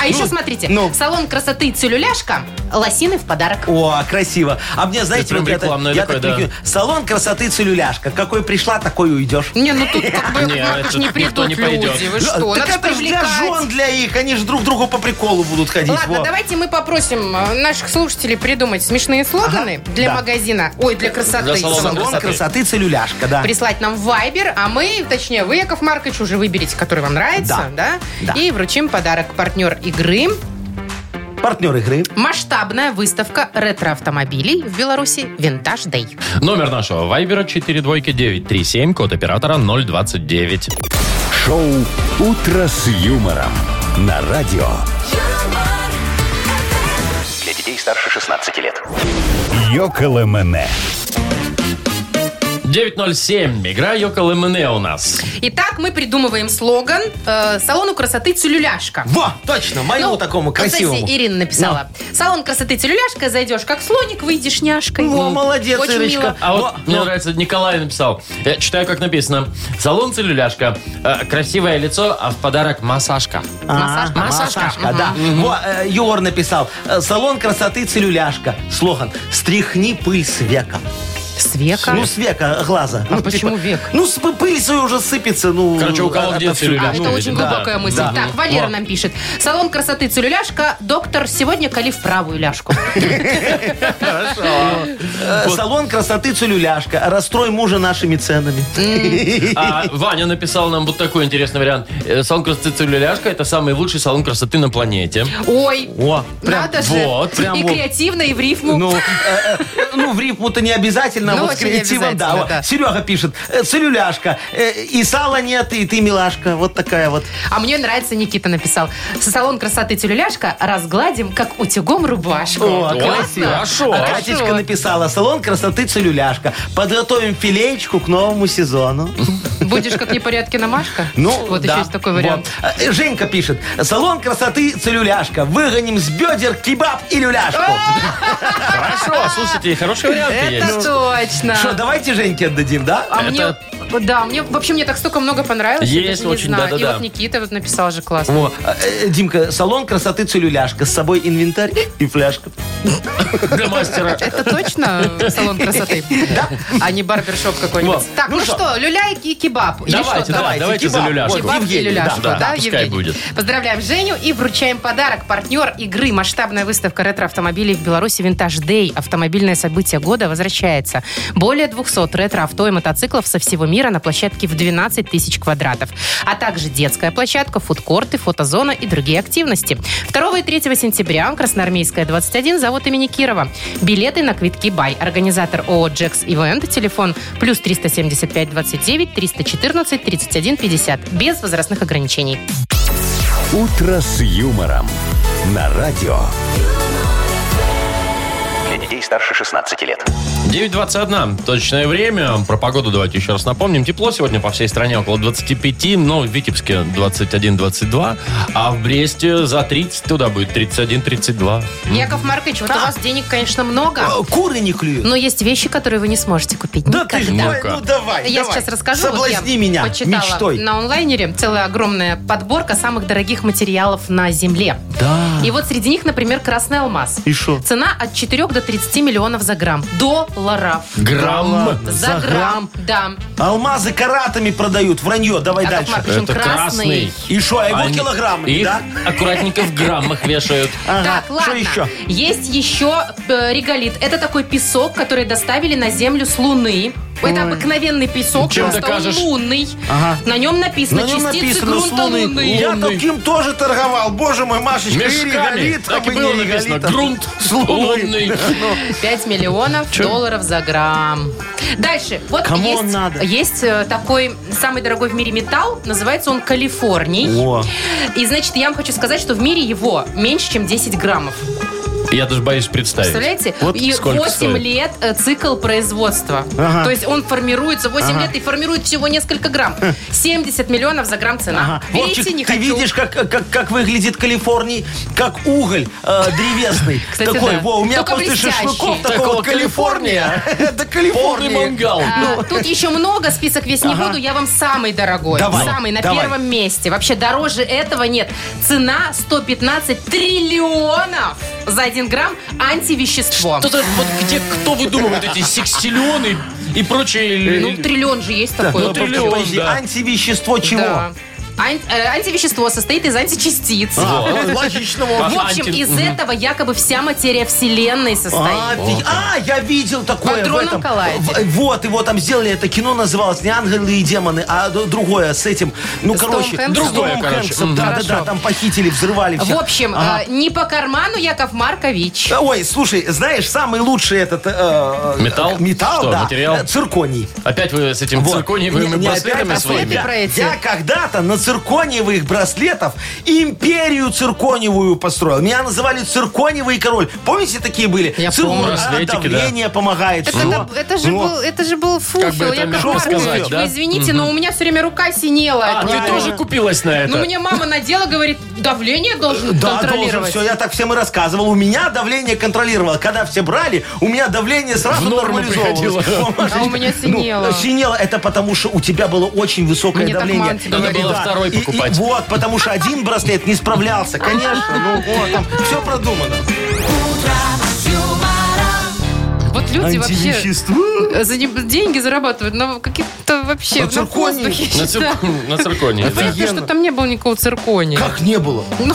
А еще смотрите, ну. салон красоты «Целюляшка» лосины в подарок. О, красиво. А мне, знаете, прям вот я так- рекламное я такое, так да. прикинь, салон красоты целюляшка. Какой пришла, такой и уйдешь. Не, ну тут как бы, Не, Маркович, тут не никто придут не пойдет. люди. Вы что, Ну, так надо ж это ж для привлекать. жен для их, они же друг другу по приколу будут ходить. Ладно, во. давайте мы попросим э, наших слушателей придумать смешные слоганы Ага, для да. магазина. Ой, для красоты. Для салона. Салон красоты. красоты целюляшка, да. Прислать нам в Viber, а мы, точнее, вы, Яков Маркович, уже выберете, который вам нравится, да? Да. И вручим подарок партнер игры Партнер игры. Масштабная выставка ретро-автомобилей в Беларуси «Винтаж Дэй». Номер нашего вайбера 42937, код оператора 029. Шоу «Утро с юмором» на радио юмор, Для детей старше 16 лет. «Йоколэмэне». 907. Игра Йокол МНЕ у нас. Итак, мы придумываем слоган э, «Салону красоты Целюляшка». Во, точно, моему Ну, такому вот, кстати, красивому. Ирина написала. Салон красоты Целюляшка, зайдешь как слоник, выйдешь няшкой. Во, молодец, Очень Ирочка. мило. А вот Но- мне но- нравится, Николай написал. Я читаю, как написано. Салон целюляшка. Э, Красивое лицо, а в подарок массажка. Массаж- А, массажка. Массажка, да. Во, э, Юр написал. э, Салон красоты целюляшка. Слоган. Стряхни пыль с века. С века. Ну, с века глаза. А Ну, почему типа, век? Ну, с- пыль свою уже сыпется. Ну, Короче, у кого от- где отовсюду. целлюляж? А, это Ну, очень да, глубокая мысль. да. Так, Валера нам пишет. Салон красоты Целюляшка, доктор, сегодня кали в правую ляжку. Э, Салон красоты целюляшка. Расстрой мужа нашими ценами. Ну. А Ваня написал нам вот такой интересный вариант. Э, Салон красоты целюляшка это самый лучший салон красоты на планете. Ой, О, прям. надо же. вот, прям И вот. креативно, и в рифму. Ну, э, э, ну, в рифму-то не обязательно, а Ну, вот с очень не креативом, да. обязательно, вот. да. Серега пишет, э, целюляшка, э, и сала нет, и ты милашка. Вот такая вот. А мне нравится, Никита написал. Салон красоты Тюлюляшка разгладим, как утюгом рубашку. О, Классно. красиво. Хорошо. А Катечка написала, салон красоты целюляшка. Подготовим филеечку к новому сезону. Будешь как непорядки на Машка? Вот Ну, да. еще есть такой вариант. Вот. Э, Женька пишет, салон красоты целюляшка. Выгоним с бедер кебаб и люляшку. А! Хорошо, слушайте, хорошие варианты Это есть. точно. Ну, Что, давайте Женьке отдадим, да? А мне Это Да, мне вообще мне так столько много понравилось. я Есть даже не очень, знаю. И да-да-да. вот Никита вот написал же классно. О, э, э, Димка, салон красоты целюляшка. С собой инвентарь и фляжка. Для мастера. Это точно салон красоты? Да. А не барбершоп какой-нибудь. Вот. Так, ну Ну что? что, люляйки и кебаб. Или Давайте, что да, там? Давайте, давайте за кебаб. люляшку. Вот, Кебаб и Евгений, люляшку, да, да, да, пускай Евгений? будет. Поздравляем Женю и вручаем подарок. Партнер игры «Масштабная выставка ретро-автомобилей в Беларуси Винтаж Дэй». Автомобильное событие года возвращается. Более 200 ретро-авто и мотоциклов со всего мира на площадке в 12 тысяч квадратов. А также детская площадка, фудкорты, фотозона и другие активности. 2 и 3 сентября Красноармейская, 21, завод имени Кирова. Билеты на квитки «Бай». Организатор ООО «Джекс Ивент». Телефон плюс 375 29 314 31 50. Без возрастных ограничений. «Утро с юмором» на радио. Для детей старше 16 лет. 9.21. Точное время. Про погоду давайте еще раз напомним. Тепло сегодня по всей стране около 25, но в Витебске 21-22, а в Бресте за 30 туда будет 31-32. Яков Маркович, А. вот у вас денег, конечно, Э, много, Куры не клюют. но есть вещи, которые вы не сможете купить Да никогда. ты ж, Никогда. ой, ну давай, Я давай. сейчас расскажу. Вот Соблазни я меня почитала мечтой. на онлайнере целая огромная подборка самых дорогих материалов на Земле. Да. И вот среди них, например, красный алмаз. И шо? Цена от 4 до 30 миллионов за грамм. Долларов. Грамм За, грамм, да. Алмазы каратами продают. Вранье, давай Яков дальше. Маркович, он Это красный. И что, а его Они- килограммами, их да? аккуратненько в граммах вешают. Ага. Так, ладно. Что еще? Есть еще э, реголит. Это такой песок, который доставили на Землю с Луны. Это обыкновенный песок, Чем просто докажешь? он лунный. Ага. На нем написано На нем частицы Ну, написано с грунта луны. Луны. Я Лунный. таким тоже торговал. Боже мой, Машечка, и Мешками. реголит, Так и а мы было не написано. реголит, а Грунт с луной. лунный. 5 миллионов долларов за грамм. Дальше. Вот Кому есть, он надо? есть э, такой самый дорогой в мире металл. Называется он Калифорний. О. И, значит, я вам хочу сказать, что в мире его меньше, чем 10 граммов. Я даже боюсь представить. Представляете? Вот и сколько 8 стоит? лет э, цикл производства. Ага. То есть он формируется 8 лет и формирует всего несколько грамм. 70 миллионов за грамм цена. Ага. Берите, Вовчик, не ты хочу. видишь, как, как, как выглядит Калифорний, как уголь э, древесный. Кстати, такой, да. во, у меня Только после блестящий. шашлыков Такого такого Калифорния. Да Полный Калифорния. мангал. А, Ну. Тут еще много, список весь не буду. Я вам самый дорогой. Давай, самый на давай. первом месте. Вообще дороже этого нет. Цена 115 триллионов за 1 грамм антивещество. Кто-то, вот где, кто выдумывает эти секстиллионы и прочие... Э, Ну, триллион же есть такой. ну, Вот триллион. такой. Подожди, да. Антивещество чего? Да. Ан- э, антивещество состоит из античастиц. А, логично, Вов. А, В общем, анти- из мгм. этого якобы вся материя Вселенной А, состоит. офиг- а, я видел такое в Бодрон этом. Николаевич. В- Вот, его там сделали, это кино называлось не «Ангелы и демоны», а д- другое с этим, ну, С короче. Томом Хэнксом? с Томом Другое, короче. Хэнксом, Мгм. Да-да-да, Хорошо. там похитили, взрывали В все. общем, А, Ага. э, не по карману Яков Маркович. Ой, слушай, знаешь, самый лучший этот... э, э, Металл? Металл, Что, да. материал? Э, Цирконий. Опять вы с этим Вот. циркониевым Не- не браслетами опять, а своими? Ты про эти. Я когда-то на циркониевых браслетов империю циркониевую построил. Меня называли циркониевый король. Помните, такие были? Я помню. а, Браслетики, да. давление помогает. Так всё. это, это же Ну. был, это же был фуфел, Как бы это Яков мягко Маркович. сказать, Вы да? извините, но у меня все время рука синела. А, от ты него. тоже купилась на это? Ну, мне мама надела, говорит, давление должен Да, должен контролировать. все. Я так всем и рассказывал. У меня давление контролировало. Когда все брали, у меня давление сразу В норму нормализовывалось. приходило. А у меня синело. Ну, синело это потому, что у тебя было очень высокое Мне так давление. мама тебе Надо говорила. было второй И- и покупать. вот, потому что один браслет не справлялся. Конечно. Ну вот, там все продумано. Вот люди вообще э, за не- деньги зарабатывают на каких-то вообще На на цирконе. воздухе. На, цир... на цирконии, да. Понятно, что там не было никакого циркония. Как не было? Ну,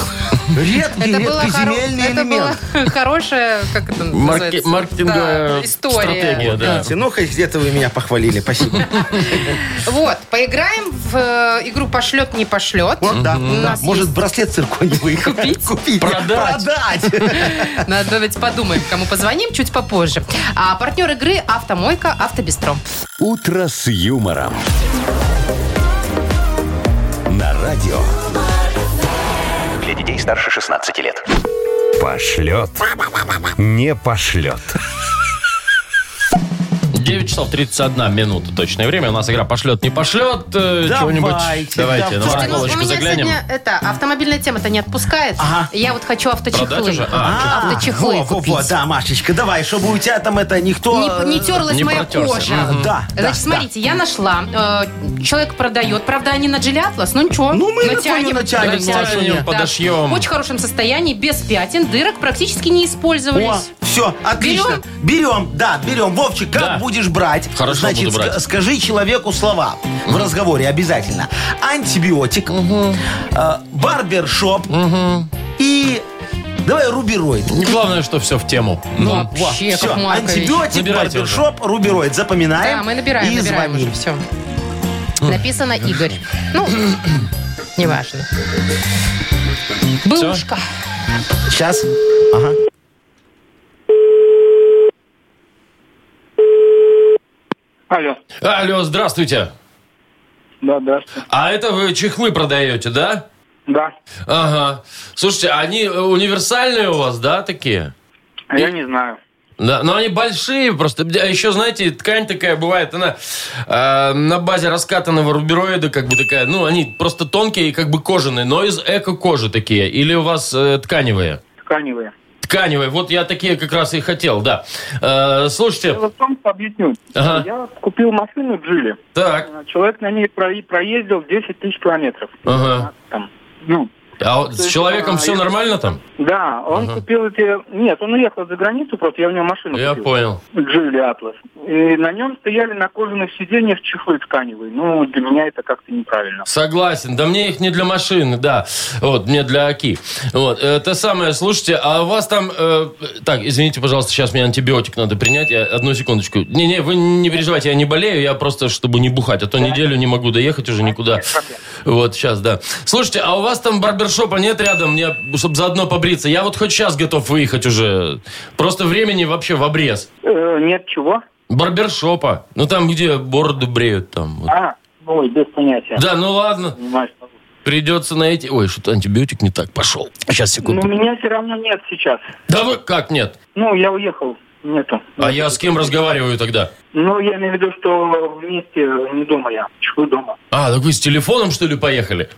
Редкий, это было редкий хоро- земельный это элемент. была хорошая, как это называется? Марке- маркетинговая Да, история. стратегия, да. Видите, Ну, хоть где-то вы меня похвалили. Спасибо. Вот, поиграем в э, игру «Пошлет, не пошлет». Вот, да. У да. нас Может, браслет циркониевый Купить? Купить. Продать. Продать. Надо давайте подумаем, кому позвоним чуть попозже. А партнер игры «Автомойка Автобестро». «Утро с юмором». На радио. Для детей старше 16 лет. Пошлет. Не пошлет. 9 часов 31 минута точное время. У нас игра пошлет, не пошлет. э, Давайте, чего-нибудь. давайте. Давайте, на Слушайте, ну, у барахолочку меня заглянем. сегодня это, автомобильная тема-то не отпускает. Ага. Я вот хочу Продать авточехлы. уже? А, авточехлы во, во, купить. во, да, Машечка, давай, чтобы у тебя там это никто... э, Не, не терлась Не моя протерся. кожа. Мгм. Да, да, Значит, смотрите, я нашла. э, человек продает. Правда, они на Джили Атлас. Ну ничего. Ну, мы на твою натянем. натянем, Натянем, Машуня. подошьем. В очень хорошем состоянии, без пятен, дырок практически не О, использовались. все, отлично. Берем? Берем, да, берем. Вовчик, как Да. будешь брать? Хорошо, Значит, буду брать. ск- скажи человеку слова в разговоре обязательно. Антибиотик, э, барбершоп и... Давай рубероид. Не главное, что все в тему. Ну, Вообще, Всё, Яков Маркович. антибиотик, Набирайте барбершоп, рубероид. Запоминаем. Да, мы набираем, и набираем звоним. уже все. Написано Игорь. Ну, неважно. Былушка. Сейчас. Алло. Алло, здравствуйте. Да, да. А это вы чехлы продаете, да? Да. Ага. Слушайте, они э, универсальные у вас, да, такие? А я не знаю. Да, но они большие просто. А еще, знаете, ткань такая бывает, она э, на базе раскатанного рубероида как бы такая, ну, они просто тонкие и как бы кожаные, но из эко-кожи такие. Или у вас э, тканевые? Тканевые. Тканевые. Вот я такие как раз и хотел, да. Э, слушайте, Дело в том, что объясню. Ага. Я купил машину Джили. так, Человек на ней про- проездил 10 тысяч километров. ага. Там, ну, А вот с человеком все нормально там? да, он купил эти... Нет, он уехал за границу просто, я у него машину Я купил. понял. Джили Атлас. И на нем стояли на кожаных сиденьях чехлы тканевые. Ну, для меня это как-то неправильно. Согласен. Да мне их не для машины, да. Вот, мне для АКИ. Вот, это самое, слушайте, а у вас там... э, так, извините, пожалуйста, сейчас мне антибиотик надо принять. Я- одну секундочку. Не-не, вы не переживайте, я не болею, я просто, чтобы не бухать, а то неделю не могу доехать уже никуда. Вот, сейчас, да. Слушайте, а у вас там барбершопа нет рядом, мне, чтобы заодно побриться? Я вот хоть сейчас готов выехать уже. Просто времени вообще в обрез. Э, нет, чего? Барбершопа. Ну, там, где бороды бреют, там. вот. А, ой, без понятия. Да, ну ладно. Понимаю, что- Придется найти... Ой, что-то антибиотик не так пошел. Сейчас, Но Ну. секунду. Ну, меня все равно нет сейчас. Да вы... Как нет? Ну, я уехал. Нету. А я с кем разговариваю тогда? Ну, я имею в виду, что вместе не дома я. Чехлы дома. А, так вы с телефоном, что ли, поехали?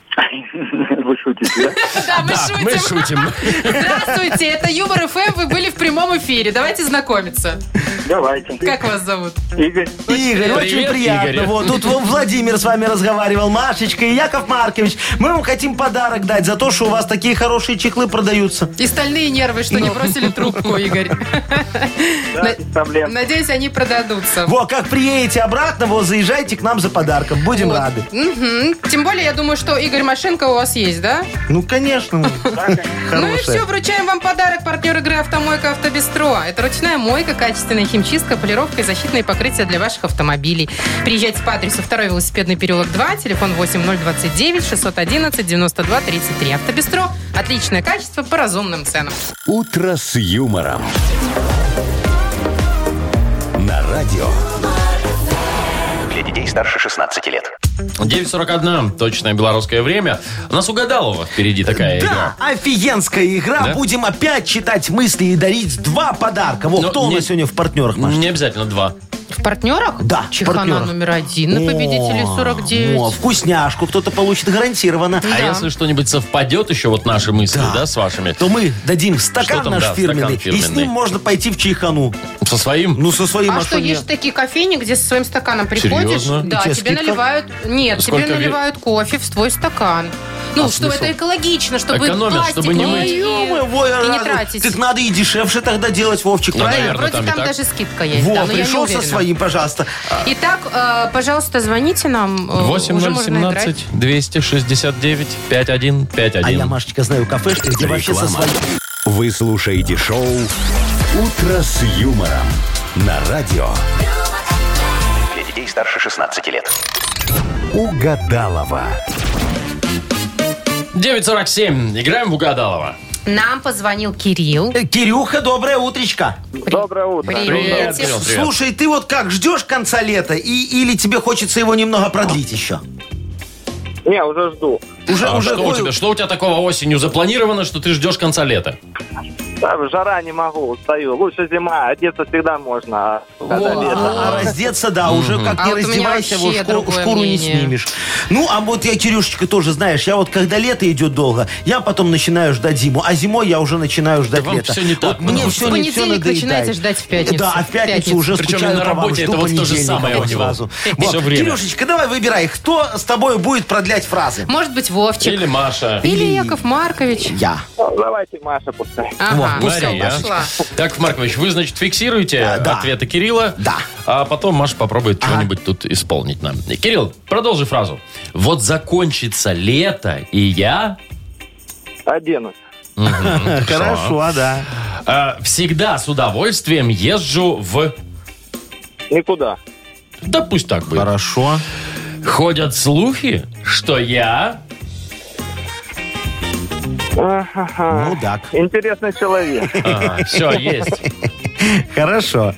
Вы шутите, да? Да, мы Мы шутим. Здравствуйте, это Юмор ФМ, вы были в прямом эфире. Давайте знакомиться. Давайте. Как вас зовут? Игорь. Игорь, Привет, очень приятно. Игорь. Вот тут вон Владимир с вами разговаривал, Машечка и Яков Маркович. Мы вам хотим подарок дать за то, что у вас такие хорошие чехлы продаются. И стальные нервы, что не бросили трубку, Игорь. Да, без проблем. Надеюсь, они продадутся. Во, как приедете обратно, вот заезжайте к нам за подарком. Будем рады. Мгм. Тем более, я думаю, что Игорь Машенко у вас есть, да? Ну, конечно. Ну и все, Хорошая. вручаем вам подарок партнер игры «Автомойка Автобестро». Это ручная мойка, качественная химчистка, полировка и защитные покрытия для ваших автомобилей. Приезжайте по адресу 2 велосипедный переулок 2, телефон 8029-611-92-33. «Автобестро» – отличное качество по разумным ценам. «Утро с юмором». На радио. Для детей старше 16 лет. 9.41, точное белорусское время. У нас угадалова впереди такая Да, игра. офигенская игра. Да? Будем опять читать мысли и дарить два подарка. Во, Но кто у не- нас сегодня в партнерах, Маш? Не обязательно два. В партнерах? Да, Чехана партнерах. номер один на победителей О, ну, а 49. О, вкусняшку кто-то получит гарантированно. А если что-нибудь совпадет еще, вот наши мысли, да, с вашими? то мы дадим Что стакан там, наш да, фирменный, стакан и с фирменный. ним можно пойти в чайхану. Со своим? Ну, со своим А что, машине. есть же такие кофейни, где со своим стаканом приходишь? Серьезно? Да, И тебе тебе скидка? наливают... Нет, Сколько ве- тебе наливают кофе в твой стакан. Ну, что смысл? это экологично, чтобы Экономят, пластик чтобы не и- мыть. и- Ё-моё, во, Ну, и не раз- тратить. Так надо и дешевше тогда делать, Вовчик, Ну, правильно? наверное, Вроде там там, и так. даже скидка есть. Во, да, но Ну, я не пришел со уверена. своим, пожалуйста. А Итак, э, пожалуйста, звоните нам. Ну, э, уже можно играть. 8017 269 5151. А я, Машечка, знаю кафешки, где вообще со Реклама. своим. Вы слушаете шоу «Утро с юмором». На радио. Для детей старше 16 лет. Угадалова. 9.47. Играем в Угадалова. Нам позвонил Кирилл. Э, Кирюха, доброе утречко. Доброе утро. Привет, Привет. Кирилл, Ну, привет. Слушай, ты вот как, ждешь конца лета? И, или тебе хочется его немного продлить еще? Не, уже жду. Уже, А уже что, у ой, тебя, что у тебя такого осенью запланировано, что ты ждешь конца лета? Да, жара не могу, устаю. Лучше зима, одеться всегда можно. а когда О, лето. А раздеться, да, уже как А не вот у меня раздевайся, вот вообще шкуру, другое шкуру не мнение. снимешь. Ну, а вот я, Кирюшечка, тоже, знаешь, я вот когда лето идет долго, я потом начинаю ждать зиму, а зимой я уже начинаю ждать вам лето. всё не так Вот мне много. все В не все понедельник надоедает. начинаете ждать в пятницу. Да, а в пятницу, Пятницу. уже Причем скучаю на по вам, работе это жду вот то же понедельника самое у вот него. сразу. Всё Вот, время. Кирюшечка, давай выбирай, кто с тобой будет продлять фразы? Может быть, Вовчик. Или Маша. Или Яков Маркович. Я. Ну, Давайте Маша пускай. Ага, Вот, всё, Мария. пошла. Так, Маркович, вы, значит, фиксируете А, да. ответы Кирилла. Да. А потом Маша попробует что-нибудь тут исполнить нам. Кирилл, продолжи фразу. Вот закончится лето, и я Оденусь. Хорошо, да. э, всегда с удовольствием езжу в... Никуда. Да пусть так будет. Хорошо. Ходят слухи, что я... Ну так. Интересный человек. все, а, есть. Хорошо.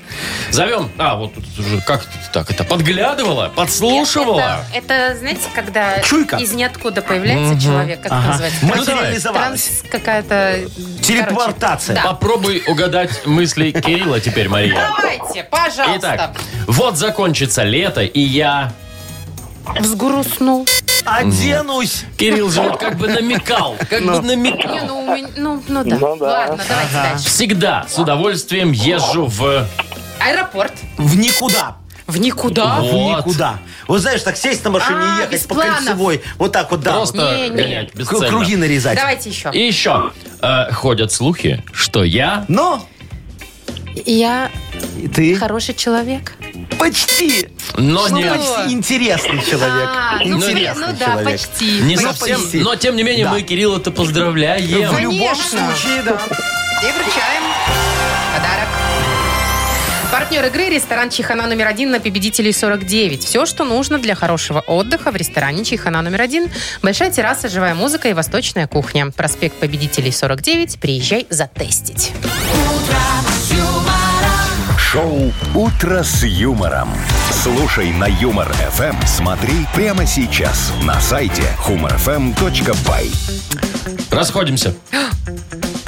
Зовем... А, вот тут уже как ты так это? Подглядывала? Подслушивала? Нет, Это, это, знаете, когда Чуйка. из ниоткуда появляется человек, как это называется? Ну, давай. Материализовалась. Транс какая-то... Телепортация. короче. Да. Попробуй угадать мысли Кирилла теперь, Мария. Давайте, пожалуйста. Итак, вот закончится лето, и я... Взгрустнул. Оденусь. Кирилл же вот как бы намекал, как бы Не, намекал. ну, у меня- ну, ну да. Ну да. Ладно, давайте дальше. Всегда с удовольствием езжу в... Аэропорт. В никуда. В никуда. Во. В Вот. никуда. Вот знаешь, так сесть на машине А, и ехать без по планов. кольцевой. Вот так вот, да. Просто Не, не. гонять вот. бесцельно. Кру- Круги нарезать. Давайте еще. И еще. э, ходят слухи, что я... Но Я ты хороший человек. почти, Но Что? не... почти интересный человек. А, ну, Интересный ну да, человек. почти. Не Почти. совсем, почти. но тем не менее Да. мы Кирилла-то поздравляем. В любом Конечно. случае, да. И вручаем подарок. Партнер игры – ресторан «Чихана номер один» на «Победителей 49». Все, что нужно для хорошего отдыха в ресторане «Чихана номер один». Большая терраса, живая музыка и восточная кухня. Проспект «Победителей 49». Приезжай затестить. Шоу «Утро с юмором». Слушай на Юмор ФМ. Смотри прямо сейчас на сайте humorfm.by. Расходимся.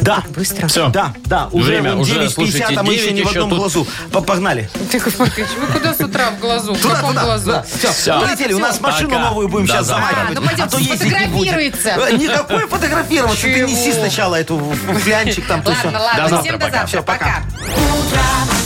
Да. Быстро. Все. Да, да, уже Время, вон уже, 9.50, а слушайте, мы еще не в 9 одном еще глазу. П- Погнали. Яков Маркович, вы куда с утра в глазу? В каком глазу? Все, Всё. полетели. У нас машину Пока. новую будем До сейчас завтра. замахивать. А, ну пойдёмте, то ездить не будем. сфотографируется. Э, Никакое фотографироваться. Ты Чего? неси сначала эту флянчик там. то всё. Ладно, ладно, завтра, всем до пока. завтра. Всё, пока. пока. с юмором.